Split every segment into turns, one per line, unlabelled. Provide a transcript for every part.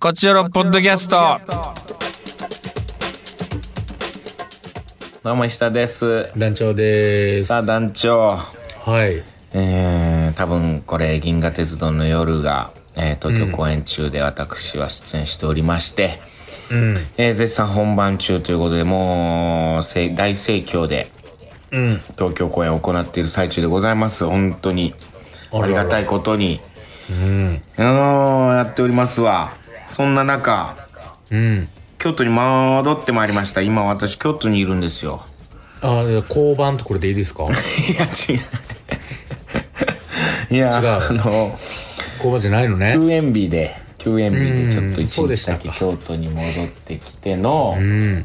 こちらのポッドキャスト。どうも石田です。
団長です。
さあ団長、
はい。
えー、多分これ銀河鉄道の夜が、えー、東京公演中で私は出演しておりまして、えー絶賛本番中ということでもうせ大盛況で
うん。うん。
東京公演を行っている最中でございます本当に
あら
あ
ら
りがたいことに
うん。
うーんやっておりますわそんな中
うん。
京都に戻ってまいりました今私京都にいるんですよ
あ、交番ってこれ でいいです か
いや違ういや
違う
あの
交番じゃないのね。
休園日で休園日でちょっと
うん
一
そうでし
日
た
だ
か
け京都に戻ってきての、
うん。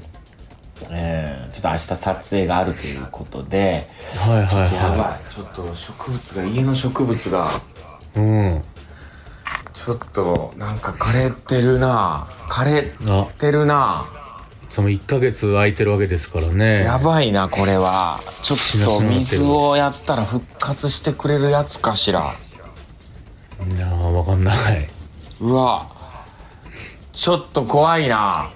えーちょっと明日撮影があるということで
はいはい
や
は
ばいちょっと植物が家の植物が
い。うん。
ちょっとなんか枯れてるな枯れ
あ、
てるな
その1ヶ月空いてるわけですからね。
やばいなこれはちょっと水をやったら復活してくれるやつかしら
いやーわかんない。
うわちょっと怖いな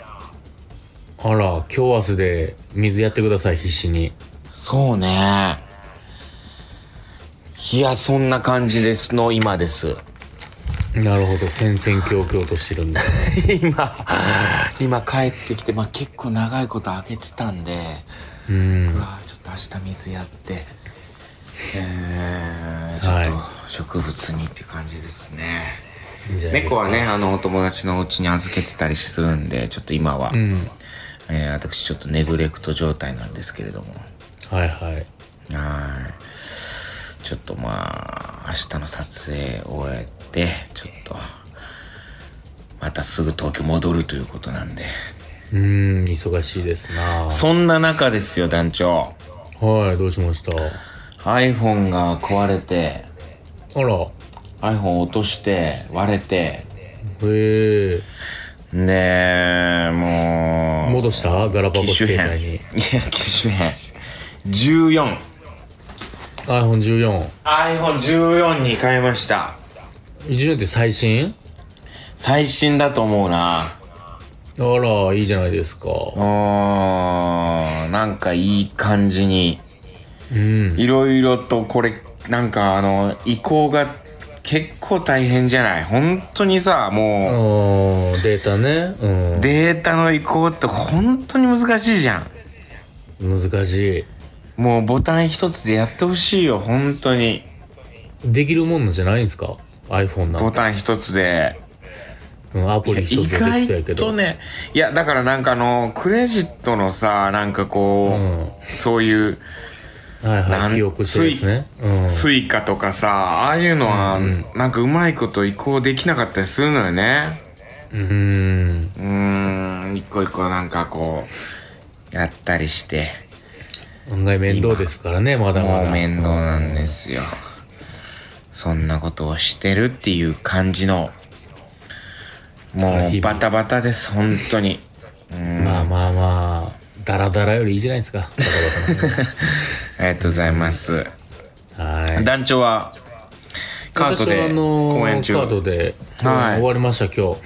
あら、今日明日で水やってください、必死に。
そうねいやそんな感じですの今です
なるほど、戦々恐々としてるん ですね。
今今帰ってきて、まあ、結構長いこと開けてたんで
うん
う。わちょっと明日水やってえー、ちょっ
は
と植物にって感じですね、
いいんじゃないです
猫は
か。
ねあのお友達のお家に預けてたりするんでちょっと今は、
うん。
えー私ちょっとネグレクト状態なんですけれども
はいはい。
はい。ちょっとまあ、明日の撮影を終えて、ちょっと、またすぐ東京戻るということなんで。
うん、忙しいですな
そんな中ですよ、団長。
はい、どうしました
iPhone が壊れて、
あら、
iPhone 落として、割れて、
へえ。
ねえ、もう。
戻したガラパゴ
機
ス
種
携
変。
帯
い
に
や、機種変。14。
iPhone1414
iPhone14 に変えました。
って最新
最新だと思うな。
あらいいじゃないですか
うーんなんかいい感じに、
うん
いろいろとこれ、なんかあの、移行が結構大変じゃない本当にさ、
あ
も
ーデータね
う、データの移行って本当に難しいじゃん。
うん難し
もうボタン一つでやってほしいよ、本当に。
いできるもんなんじゃないんですか iPhone な
ボ
んて、
タン一つで。
うん、アプリ一
意
つでできそう
外
やけ
と
ど、
ね、いや、だからなんかあの、クレジットのさ、なんかこ
う
う、
ん
そういう、
はい
な
は
ん
い記憶してるやつねうん
スイカとかさ、ああいうのは、なんかうまいこと移行できなかったりするのよね。
うん
うーん、一個一個なんかこう、やったりして、
案外面倒ですからねまだま
もう
だ
面倒なんですよ。そんなことをしてるっていう感じの、もう
日々
バタバタです、本当に。うん、
まあまあまあダラダラよりいいじゃないですかバカバカな
ありがとうございます。
はい
団長は、カート
私は
で、
あのー
公演中。
カートで、
はい
終わりました今日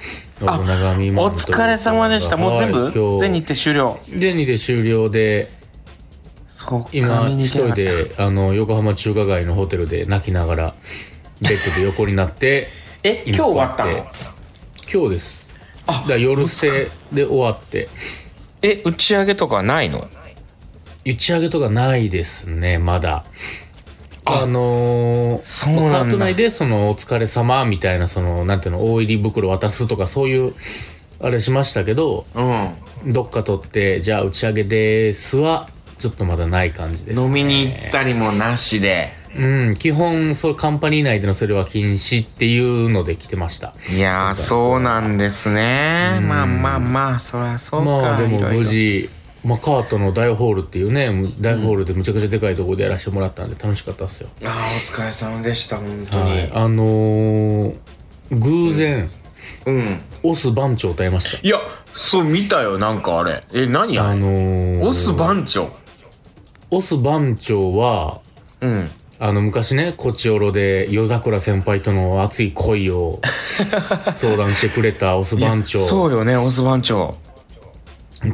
信長見
お
守りという
疲れ様でした。もう全
は
部
い今日
全日程終了。
全日で終了で
そうか、
今
見に
一
行けな
人
かった
であの横浜中華街のホテルで泣きながらベッドで横になって
え、 今日終わった
こうや
の
て今日ですだから夜捨てで終わって
え、打ち上げとかないの
打ち上げとかないですねまだあのー
そうなんだ
カート内でそのお疲れ様みたいなそのなんていうの大入り袋渡すとかそういうあれしましたけど
うん。
どっか取ってじゃあ打ち上げですはちょっとまだない感じです
飲みに行ったりもなしで。
うん基本そのカンパニー内でのそれは禁止っていうので来てました
いやー、そうなんですね。まあまあまあ、そりゃそうか。
まあでも
いろいろ
無。事まあ、カートの大ホールっていうね大ホールでむちゃくちゃでかいところでやらせてもらったんで楽しかったっすよ、
あー、お疲れ様でした、本当
は
に
い。あのー偶然
うん。
オス番長歌いまし
いや、そう見たよ、なんかあれ。え、何
た
あ
あ
れ
のー
オス番長。
オス番長は
うん。
あの、昔ね、コチオロで夜桜先輩との熱い恋 を相談してくれたオス番長。
そうよね、オス番長。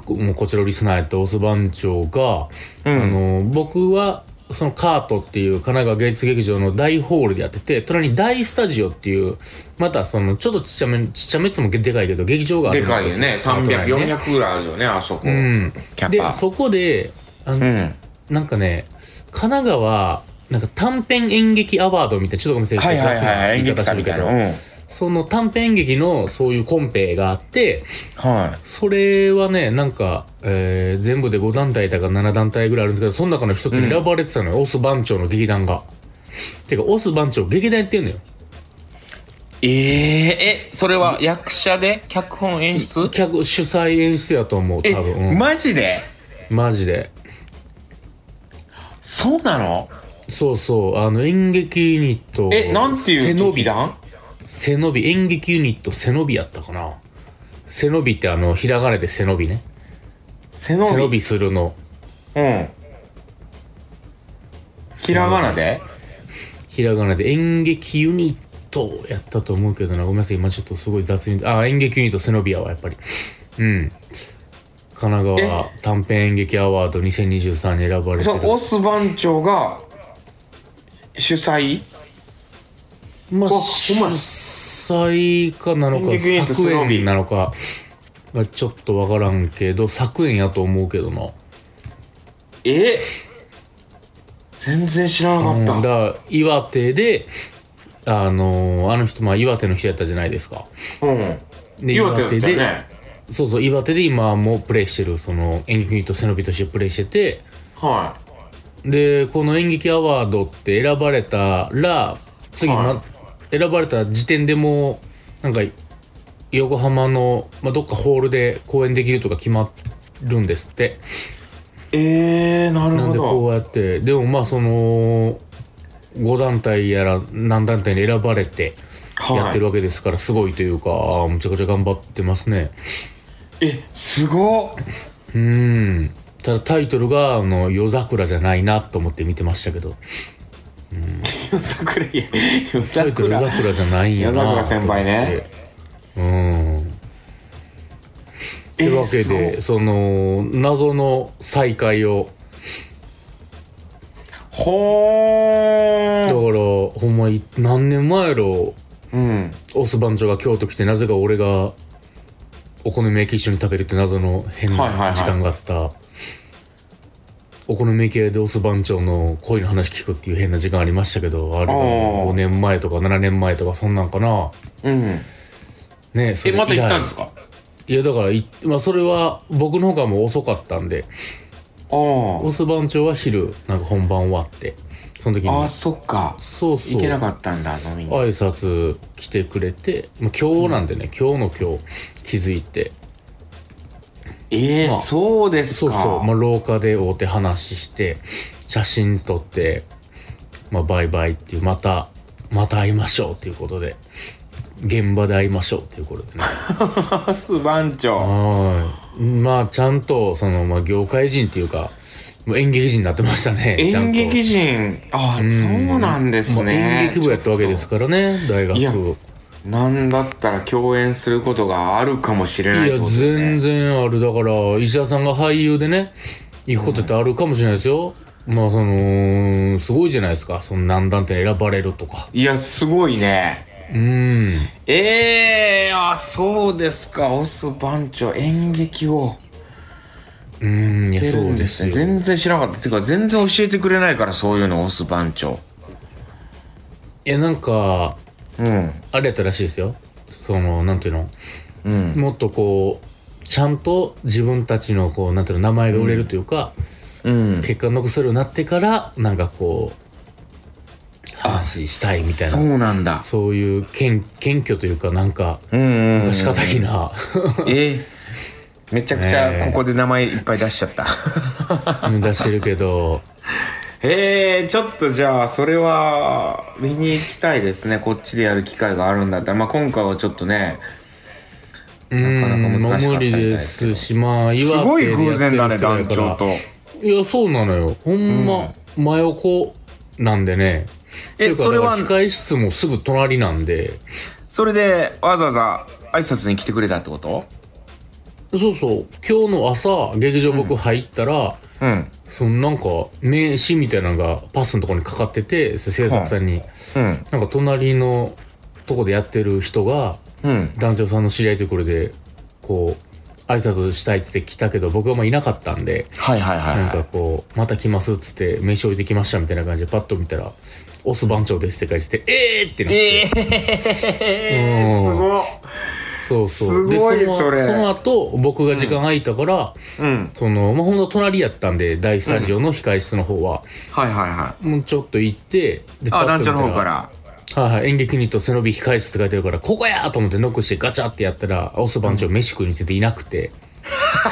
もうこちらリスナーやったオス番長が、あの僕はそのカートっていう神奈川芸術劇場の大ホールでやってて隣に大スタジオっていうまたそのちょっとちっちゃめちっちゃめっつもでかいけど劇場がある
で
ん
かいよね。
その
300、
隣にね
400ぐらいあるよね、あそこ。
うん
キャ
で
パ。
そこであ
う
の、
ん。
なんかね神奈川なんか短編演劇アワードみたいなちょっとごめんなさい
はいはいはいはい、演劇さんみたいな。うん。
その短編演劇のそういうコンペがあって
は
それはね、なんか、えー全部で5団体だか7団体ぐらいあるんですけど、その中の一つに選ばれてたのよ、オス番長の劇団が。てか、オス番長劇団やってんのよ。
い。ええ、え、それは役者で脚本演出
客、主催演出やと思う、
え
多分。うん、
マジで
マジで。
そうなの
そうそう、あの、演劇ユニット。
え、なんていう
背伸
劇。
び
団
背伸び、演劇ユニット背伸びやったかな。背伸びってあの、ひらがなで背伸びね。
背伸
背伸
び。
びするの。
うん。ひらがなで
ひらがなで演劇ユニットやったと思うけどな。ごめんなさい。今ちょっとすごい雑に。あ、演劇ユニットセノビアはやっぱり。うん。神奈川短編演劇アワード2023に選ばれて
そう、
る
オ。ス番長が主催
まあ、
お
主
ほんまや
催かなの
演劇ユニッ
か、
トセ
作
ノビ
演なのかがちょっとわからんけど、作演やと思うけどな。
え全然知ら
うん、
なか
だ
った。
から岩手で、あのーあの人、まあ岩手の人やったじゃないですか。
うん。
で
岩手だったよね。
そうそう、岩手で今もうプレイしてる、その演劇ユニット背伸びとしてプレイしてて、
は
で、この演劇アワードって選ばれたら、次、ま、
は
選ばれた時点でもう、なんか、横浜の、まあ、どっかホールで公演できるとか決まるんですって。
い。えー、なる
なん
ほ
でこ
ど。
うやって、でもまあその、5団体やら何団体に選ばれて
はい
やってるわけですから、すごいというか、あーむちゃくちゃ頑張ってますね。
え、すごっ
うん。ただタイトルが、あの、夜桜じゃないなと思って見てましたけど。
夜桜いや夜
タイトル夜
桜
桜じゃないんやな
夜桜先輩ね
と思って。うん。ってわけ
え
で、
ー
その、謎の再会を、
そうほ
だから、
ー
ほんま、い何年前やろ、
うん
オス番長が京都来て、なぜか俺が、お好み焼き一緒に食べるって謎の変
はいはいは
ない時間があった。お好み焼き屋でオス番長の恋の話聞くっていう変な時間ありましたけど、あれが
おー
5年前とか7年前とかそんなんかな。
うん
ねえ、そ
え
れ以来
また行ったんですか
いや、だからい、まあ、それは僕の方がもう遅かったんで、
あ
オス番長は昼、なんか本番終わって、その時
ああ
に、
そっか
そうそう、
行けな
挨
かったんだ飲みに
拶来てくれて、まあ、今日なんでね、今日の今日気づいて、
えー
まあ
そうです
そう
か
そう、まあ、廊下で大手話して、写真撮って、まあ、バイバイっていう、また、また会いましょうっていうことで、現場で会いましょうっていうことでね。
バス番長
はい。まあ、ちゃんと、その、まあ、業界人っていうか、もう演劇人になってましたね。ちゃん
演
と
劇人ああそうなんです
まあ演
ね
劇部やったわけですからね、大学。
い
い
や
や、
なんだったら共演することがあるかもしれないってことだよね
全然ある。だから、石田さんが俳優でね、行くことってあるかもしれないですよ。まあ、その、すごいじゃないですか。その何段って選ばれるとか。
いやすごいね
うん。
ええあそうですかオス番長演劇を
うん、いや、
そ
そうう
で
ですす
ね
よ。
全然知らなかったてか全然教えてくれないからそういうのオス番長
いや、なんか、
うん
あれやったらしいですよ。その、なんていうの
うん
もっとこうちゃんと自分たちのこうなんていうの名前が売れるというか、
うん
結果残せるようになってからなんかこう話したいみたいな
そ
そう
うなんだ
いう謙謙虚というかなんか
うんうん、うん、
仕方き な、
えーめちゃくち
ね
ゃ
え
ここで名前いっぱい出しちゃった
出してるけど
えー、ちょっとじゃあそれは見に行きたいですねこっちでやる機会があるんだったらまあ今回はちょっとね
うん
なかなか難しかった
無
み
理
たい
で
ですけ
すしまあ岩手
すごい偶然だね
でや
団
ってる人や
長
か
と
らいやそうなのよほんま、真横なんでね。
え
っていうか
それは
だから控え室もすぐ隣なんで、
それでわざわざ挨拶に来てくれたってこと
そうそう、今日の朝、劇場僕入ったら、
うん。
そのなんか、名刺みたいなのがパスのところにかかってて、制作さんに、
うん。
なんか隣のとこでやってる人が、
うん。
団長さんの知り合いということで、こう、挨拶したいっつって来たけど、僕はまあいなかったんで、
はいはいはい
なん
は
か
い。
こう、また来ますっつって、名刺置いてきましたみたいな感じで、パッと見たら、オス番長ですって書いてて、えーってなって。
ええ
う
す
ん
ごっ
そうそう。
すごい
での
それ
その後、僕が時間空いたから、
うん。
その、まあ、ほんと隣やったんで、大スタジオの控室の方は、
はいはいはい。
もうちょっと行って、で
あ、団長の方か。
パッと見
ら。
たはいはい、演劇ユニット背伸び控室って書いてるから、ここやと思ってノックしてガチャってやったら、オス番長飯食いに行ってていな くて、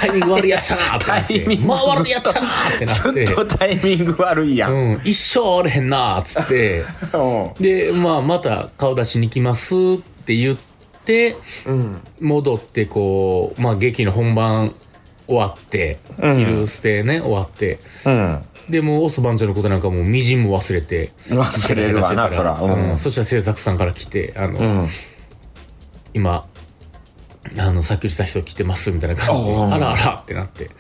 タイミング悪いやっちゃなーってなっ
タイミ
て、
ング
まあ悪いやっちゃなーって
ずっ
な
と
って、
タイミング悪いやん。
うん、一生おれへんなーっつ って、
うん。
で、まあまた顔出しに来ますって言って、
うん。
戻ってこう、まあ、劇の本番終わって、
うん
昼ステね終わって
うん。で
でもうオス番長のことなんかもうみじんも忘れて
忘れるわな
忘てたから
そらうん
うんそしたら制作さんから来てあの、
うん。
今あの作曲した人来てますみたいな感じで
おうおう
あらあらってなって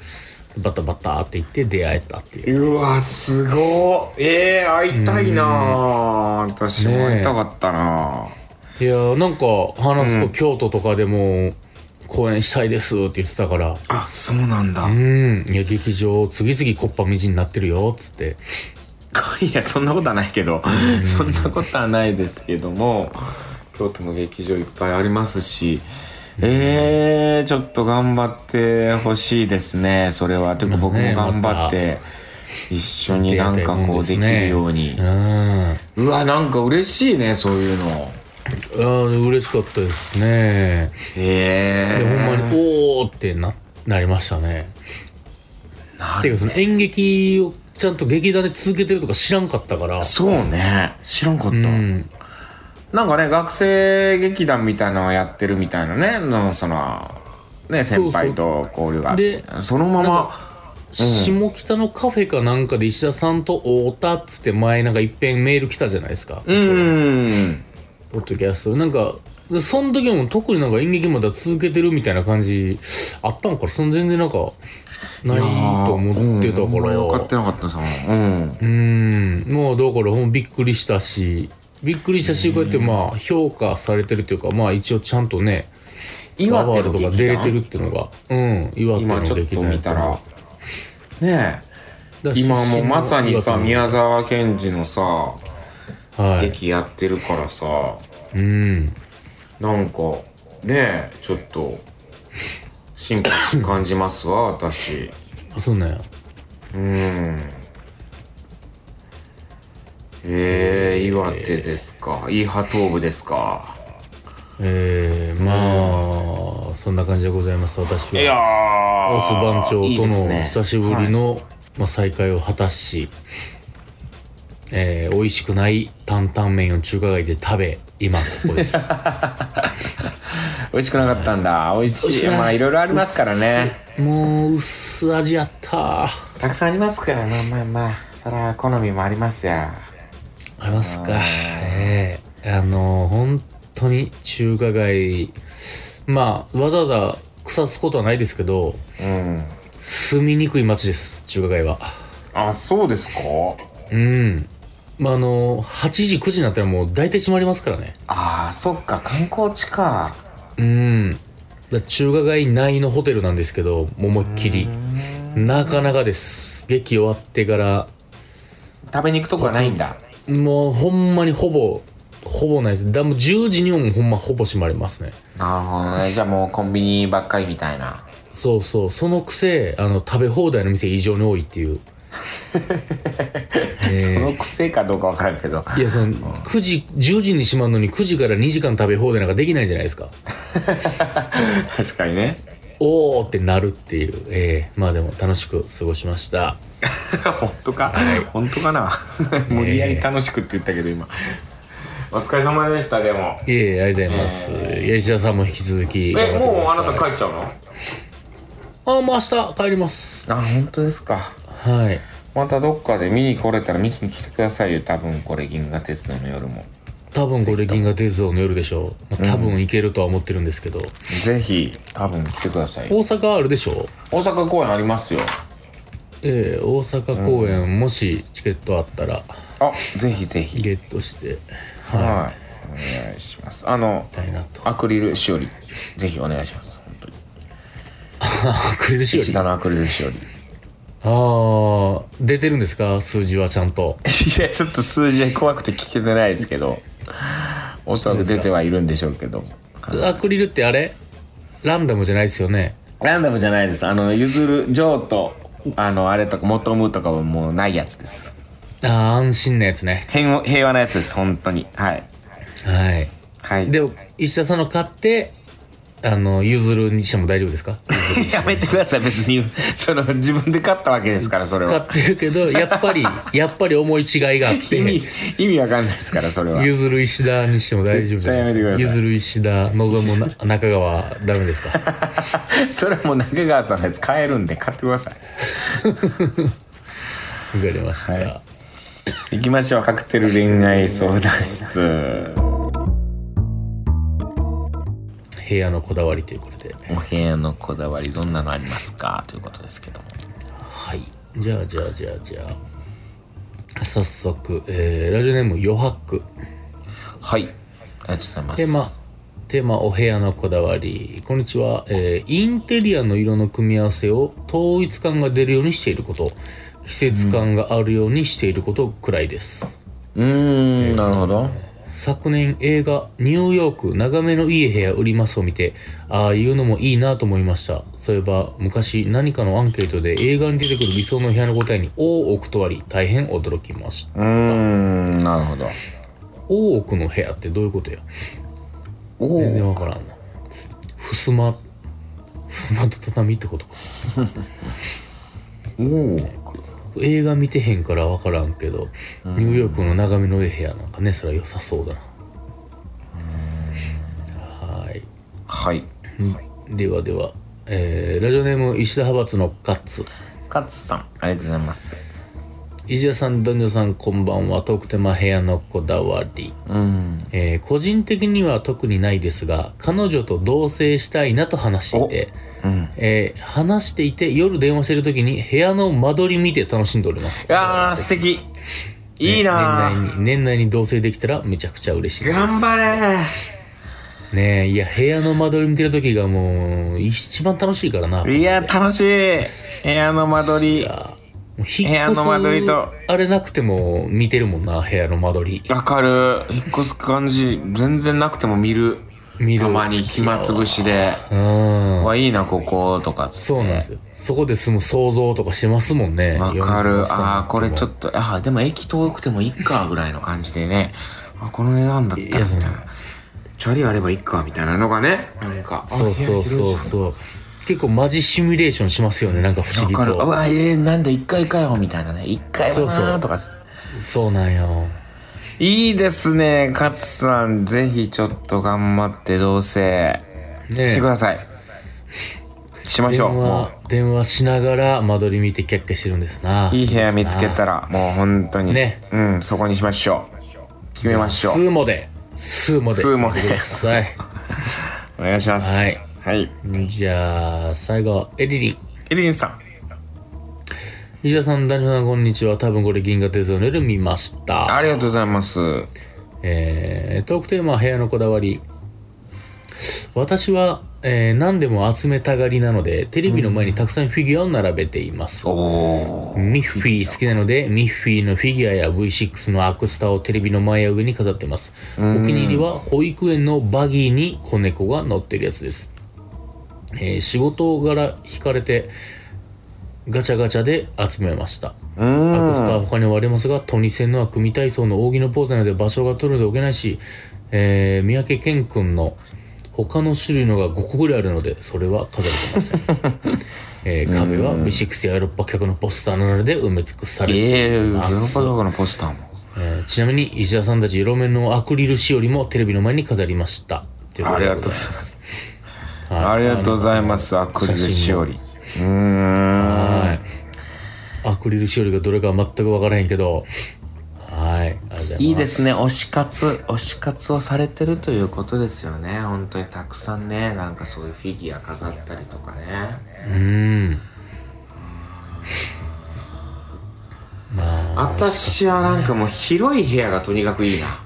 バタバタって言って出会えたっていう
うわ、すごっええ会いたいなあ私も会いたかったなあ
いやーなんか話すと京都とかでも公演したいですって言ってたから
あ、そうなん だ
う。んいや劇場次々こっぱみじんになってるよっつって
いや、そんなことはないけど、そんなことはないですけども、京都も劇場いっぱいありますし、えー、ちょっと頑張ってほしいですね、それは。というか僕
まあ
も
ね
頑張って、一緒になんかこうできるように
う。ん
うわ、なんか嬉しいね、そういうの。
あー嬉しかったですね。で、ほんまに
え、
おーってな、なりましたね。
ー、な
ていうか、その演劇をちゃんと劇団で続けてるとか知らんかったから。
そうね、知らんかった。
うん。
なんかね、学生劇団みたいなのをやってるみたいなね、のその、ね、
そうそ
先輩
う
と交流があって
で、
そのま
な
ま
んか、下北のカフェかなんかで石田さんと会うたっつって前なんか一遍メール来たじゃないですか。
うーん。
ポッドキャスト。なんか、その時も特になんか演劇まだ続けてるみたいな感じあったのから、その全然なんか、ないと思ってたから。
うん俺は買ってなかったさ。うん。
うーん、もうだからほんまびっくりしたし、びっくりしたし、こうやってまあ評価されてるというか、まあ一応ちゃんとね、
岩
ワワ
手
ール
の劇
とか
団
出れてるっていうのが、うん、岩手の
今ちょっ
劇
と
団や
見
った
た、
から
ね
だ
え、
し
今もうまさにさ、宮沢賢治のさ、
はい、
劇やってるからさ、
うん、
なんか、ねえ、ちょっと、進化感じますわ、私。
あ、そうなんや。
うん。えー、岩手ですか。伊波東部ですか。
えー、まあ、そんな感じでございます、私
い
は。
やー
オス番長
いい
と
です
の
ね
久しぶりの、まあ、再会を果たし、えー、美味しくない担々麺を中華街で食べ、今こ こです。
美味しくなかったんだ美味しい
美味しくない
まあいろいろありますからね
もう薄味やったあ
たくさんありますからまあまあまあそれは好みもありますや
りますかええあの本当に中華街まあわざわざ腐すことはないですけど
うん
住みにくい街です中華街は
あそうですか
うんまああの8時9時になったらもう大体閉まりますからね
あーそっか観光地か
うんだ中華街内のホテルなんですけどもう思いっきりなかなかです劇終わってから
食べに行くとこはないんだ
もうほんまにほぼほぼないですだもう10時にはもうほんまほぼ閉まりますね
なるほどねじゃあもうコンビニばっかりみたいな
そうそうそのくせあの食べ放題の店異常に多いっていう、
そ
え
の癖かどうかわからんけ ど
ーいやその9時10時に閉まるのに9時から2時間食べ放題なんかできないじゃないですか
確かにね
おおってなるっていう、えーまあでも楽しく過ごしました
本当か本当 かな無理やり楽しくって言ったけど今お疲れ様でしたでも
いえいえありがとうございます、いや石田さんも引き続き
えもうあなた帰
帰
っちゃうの
あもう明日帰ります
あ本当ですか
はい
またどっかで見に来れたら見に来てくださいよ。多分これ、銀河鉄道の夜も。
多分これ銀河鉄道の夜でしょう、まあ、多分行けるとは思ってるんですけど、
ぜひ、多分来てくださいよ。
大阪あるでしょ
大阪公演ありますよ。
ええ大阪公演、もしチケットあったら
あ、ぜひぜひ。
ゲットしては
はい。お願いします。あの
い、たいなと
アクリルしおり、ぜひお願いします。本当に。
あくれるしよ
石
り
田のアクリルしおり。
ああ出てるんですか数字はちゃんと
いや、ちょっと数字怖くて聞けてないですけど、おそらく出てはいるんでしょうけど。
アクリルってあれランダムじゃないですよね
ランダムじゃないです。あの、譲る、ジョーと、あの、あれとか、求むとかはもうないやつです。
ああ安心なやつね
平和平和なやつです、本当に。はい。
はい
はい。
で石田さんの買ってあの譲るにしても大丈夫ですか
やめてください、別に。その、自分で買ったわけですから、それ
買
は。
ってるけ どやっぱりやっぱり思い違いがあっ
意
て
味、意味わかんないですから、それは。
譲る石田にしても大丈夫じゃないで
絶
すか
対やめてくださ
譲る石田 望むな中川ダメですか
それはもう中川さんのやつ買えるんで、買ってくださ
わかりました、
はいい。行きましょう、カクテル恋愛相談室。
部屋のこだわりということで
お部屋のこだわり、どんなのありますかということですけども。
はいじゃあじゃあじゃあじゃあ早速、えーラジオネーム余白
はい。ありがとうございます。
テーマ、テーマ、お部屋のこだわり。こんにちは。えーインテリアの色の組み合わせを統一感が出るようにしていること、季節感があるようにしていることくらいです。
うーん、なるほど。
昨年映画、ニューヨーク、眺めのいい部屋売りますを見て、ああいうのもいいなと思いました。そういえば、昔何かのアンケートで映画に出てくる理想の部屋の答えに、大奥とあり、大変驚きました。
うーん、なるほど。
大奥の部屋ってどういうことや
お
全然
お。
わからんなふすまふすまと畳ってことか
おお。
映画見てへんからわからんけど、ニューヨークの眺めのいい部屋なんかねそれは良さそうだなはーい
はい。
ではでは、えーラジオネーム石田派閥のカッツ
勝さん、ありがとうございます。
石田さん男女さんこんばんはトークテーマ部屋のこだわり
うん。
えー個人的には特にないですが彼女と同棲したいなと話していて、えー話していて夜電話してる時に部屋の間取り見て楽しんでおります
ああ、素敵。いいなー。
年内に年内に同棲できたらめちゃくちゃ嬉しいで
頑張れ
すねえいや部屋の間取り見てる時がもう一番楽しいからない
や、楽しい。部屋の間取り。
やもう引っ越す
部屋の間取りと
あれなくても見てるもんな部屋の間取り
わかる。引っ越す感じ、全然なくても見る。
見る
たまに暇つぶしで。
うん
わ、いいな、ここ、とかつって。
そうなんですよそこで住む想像とかしますもんね
わかる。ああ、これちょ
と
っと、ああ、でも駅遠くてもいっか、ぐらいの感じでね。あ、この値段だったら、
いや
みたいな。チャリあればいっか、みたいなのがね。なんか、あ
そうそうそうそう。結構マジシミュレーションしますよね、なんか不思
わ
議
かる。う
と。
わ、ええなんだ、一回かよ、みたいなね。一回は
そう
な
そ
ー
う
とかつって。
そうなんよ。
いいですね、勝さん。ぜひちょっと頑張って、同棲
ねえ
してください。しましょう。
電
も
話、電話しながら間取り見てキャッキャしてるんですな。
う、いい部屋見つけたら、もう本当に。
ね
うん、そこにしましょう。決めまし
ス
ょう。
ーモで、スーモで。
スーモで
ください。
お願いします。
はい。
はい。
じゃあ、最後、エリリン。
エリンさん。
石田さん、ダニさん、こんにちは。多分これ、銀河鉄道の夜見ました。
ありがとうございます。
えートークテーマは部屋のこだわり。私は、えー何でも集めたがりなので、テレビの前にたくさんフィギュアを並べています。
おー。
ミッフィー好きなので、ミッフィーのフィギュアや V6 のアクスタをテレビの前や上に飾ってます。お気に入りは保育園のバギーに子猫が乗ってるやつです。えー仕事柄惹かれて、ガチャガチャで集めました。
うーん。
アクスタは他に割れますが、トニセンのは組体操の扇のポーズなので場所が取るので置けないし、えー、三宅健君の他の種類のが5個ぐらいあるので、それは飾れ てません。えー壁は V6 やヨーロッパ客のポスターなどで埋め尽くされています
ええヨーロッパ動画のポスターも。
えーちなみに石田さんたち色面のアクリルしおりもテレビの前に飾りました。というこ
あ
と
り
で
がとうございます。
はい
ありがとうございます。アクリルしおり。うーん。
はい。アクリルしおりがどれかは全く分からへんけど、はい。ありがとうございます。
いいですね推し活推し活をされてるということですよね本当にたくさんねなんかそういうフィギュア飾ったりとかね
うん。まあ、
私はなんかもう広い部屋がとにかくいいな
あ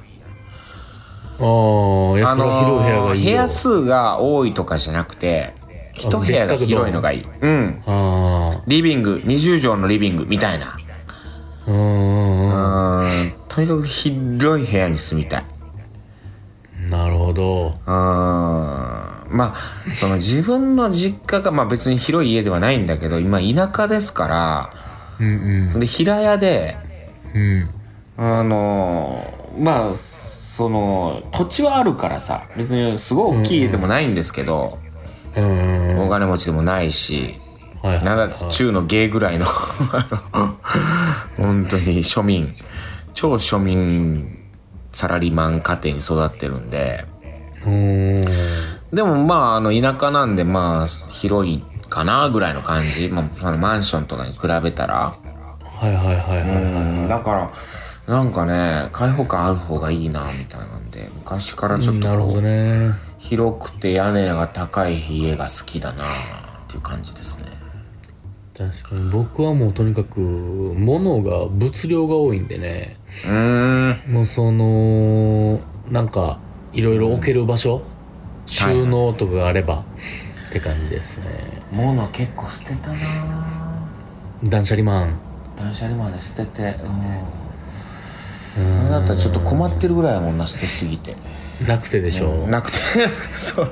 あ、いや、それは広い部屋がいいよ。
部屋数が多いとかじゃなくて一部屋が広いのがいいうん
あ
リビング20畳のリビングみたいな
あ、うんうん
うんとにかく広い部屋に住みたい
うん。なるほど。
うーんまあ、その自分の実家が、まあ別に広い家ではないんだけど、今田舎ですか
うん
ら、で、平屋で、
うん。うん。
あのーまあ、その、土地はあるからさ、別にすごい大きい家でもないんですけど、
うんうんうん。
お金持ちでもないし、
はいはい、
な
は
んだ、中の芸ぐらいの、 あの本当に庶民、超庶民サラリーマン家庭に育ってるんで、
い。うん。
でもまあ、あの、田舎なんで、まあ、広いかな、ぐらいの感じ。まあ、あのマンションとかに比べたら。
はいはいはいはい。
うん、だから、なんかね、開放感ある方がいいな、みたいなんで、昔からちょっと
なる
こ
ほ
う、
どね。
広くて屋根が高い家が好きだな、っていう感じですね。
確かに僕はもうとにかく物が物量が多いんでね
うーん。
もうそのなんかいろいろ置ける場所、収納とかがあれば、って感じですね
物結構捨てたな
断捨離マン
断捨離まで捨てて、うん。だったらちょっと困ってるぐらいやもんな、捨てすぎて。
なくてでしょ、
なくて、 そう。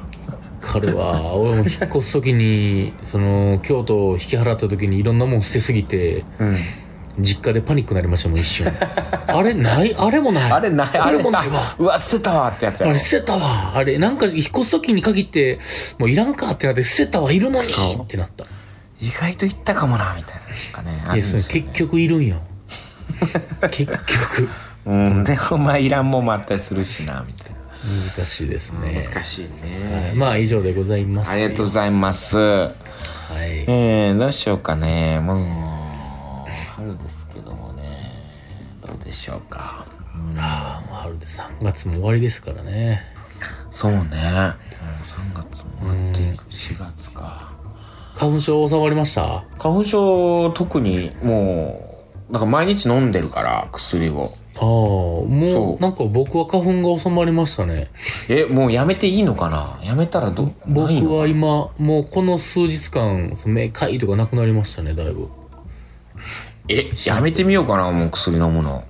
彼は俺も引っ越す時にその京都を引き払った時にいろんなもん捨てすぎて
うん。
実家でパニックになりましたもん一 瞬あれないあれもない
あれない、
あれもないわ
あうわ、捨てたわってやつや
あ
ろ
れ。捨てたわ。あれ、なんか引っ越す時に限って、もういらんかってなって、捨てたわ、いるのに
そう
ってなった。
意外と言ったかもな、みたいな。なんかね、あ
い
るんで
や、それ
すよ、
結
ね。
局いる んよ。結局、
うん。で、お前いらんもんもあったりするしな、みたいな。
難しいですね。
しいね。
まあ、以上でございます。
ありがとうございます。
はい。
えー、どうしようかね。もう、春ですけどもね。どうでしょうか。
ああ、もう春で3月も終わりですからね。
そうね。もう3月も終わっていく。4月か。
花粉症収まりました
花粉症、特にもう、なんか毎日飲んでるから、薬を。
ああ、も
そう
う、なんか僕は花粉が収まりましたね。
え、もうやめていいのかなやめたらど、
僕
ないの
は今、もうこの数日間、その目かゆいとかなくなりましたね、だいぶ。
え、やめてみようかな、もう薬飲むの。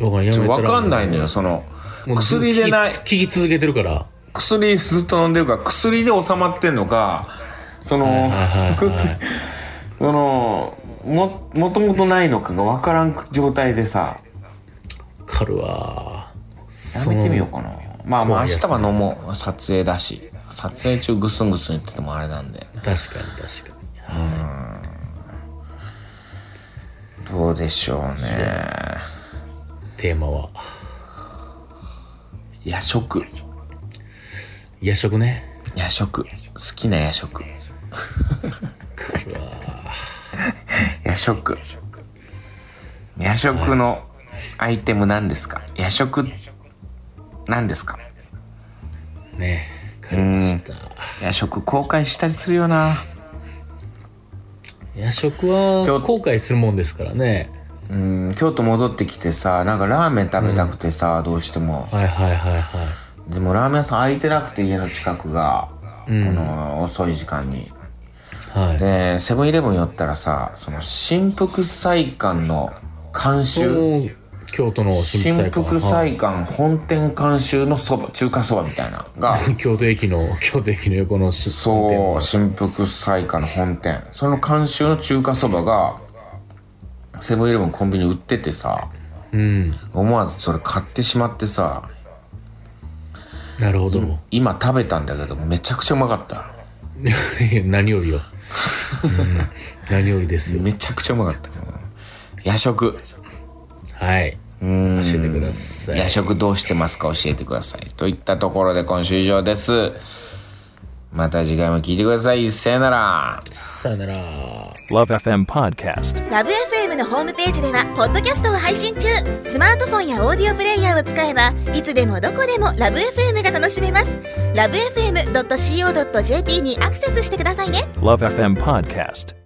わかんない
ち
や
ょ
めたら
わかんないのよ、その、
もうずっと
薬でない
聞、き聞き続けてるから。
薬ずっと飲んでるから、薬で収まってんのか、そ
はいはい
の
はいはい、
薬、その、も、もともとないのかがわからん状態でさ、
かるわ
やめてみようかな。まあまあ
怖い
明
やつ
日は飲もう、撮影だし。撮影中ぐすんぐすん言っててもあれなんで。
う確かに確かに
どうでしょうね。
テーマは
夜食。
夜食ね
夜食。好きな夜食。
かるわ
夜食夜食のアイテム何ですか夜食何ですか
ねわかりました
夜食公開したりするよな
夜食は
今日
後悔するもんですからね
うん京都戻ってきてさなんかラーメン食べたくてさ、どうしても
はいはいはいはい
でもラーメン屋さん空いてなくて家の近くが、
うん
この遅い時間に
はい
でセブンイレブン寄ったらさその新福祭館の監修
もう京都の新
新
福
福
祭
祭館本店監修のそば中華そばみたいなの が
館京都駅の京都駅の横の新
そう、新福彩花の本店。その監修の中華そばが、セブンイレブンコンビニ売っててさ、
うん
思わずそれ買ってしまってさ、
なるほど
今食べたんだけど、めちゃくちゃうまかった。
いや 何よりよ、うん何よりですよ
めちゃくちゃうまかった。夜食。
はい教えてください
夜食どうしてますか教えてください。といったところで今週以上です。また次回も聞いてください。さよなら。
さよなら。
Love FM Podcast.
ラブ f m のホームページではポッドキャストを配信中スマートフォンやオーディオプレイヤーを使えばいつでもどこでもラブ f m が楽しめますラブ FM.co.jp にアクセスしてくださいね
Love FM Podcast.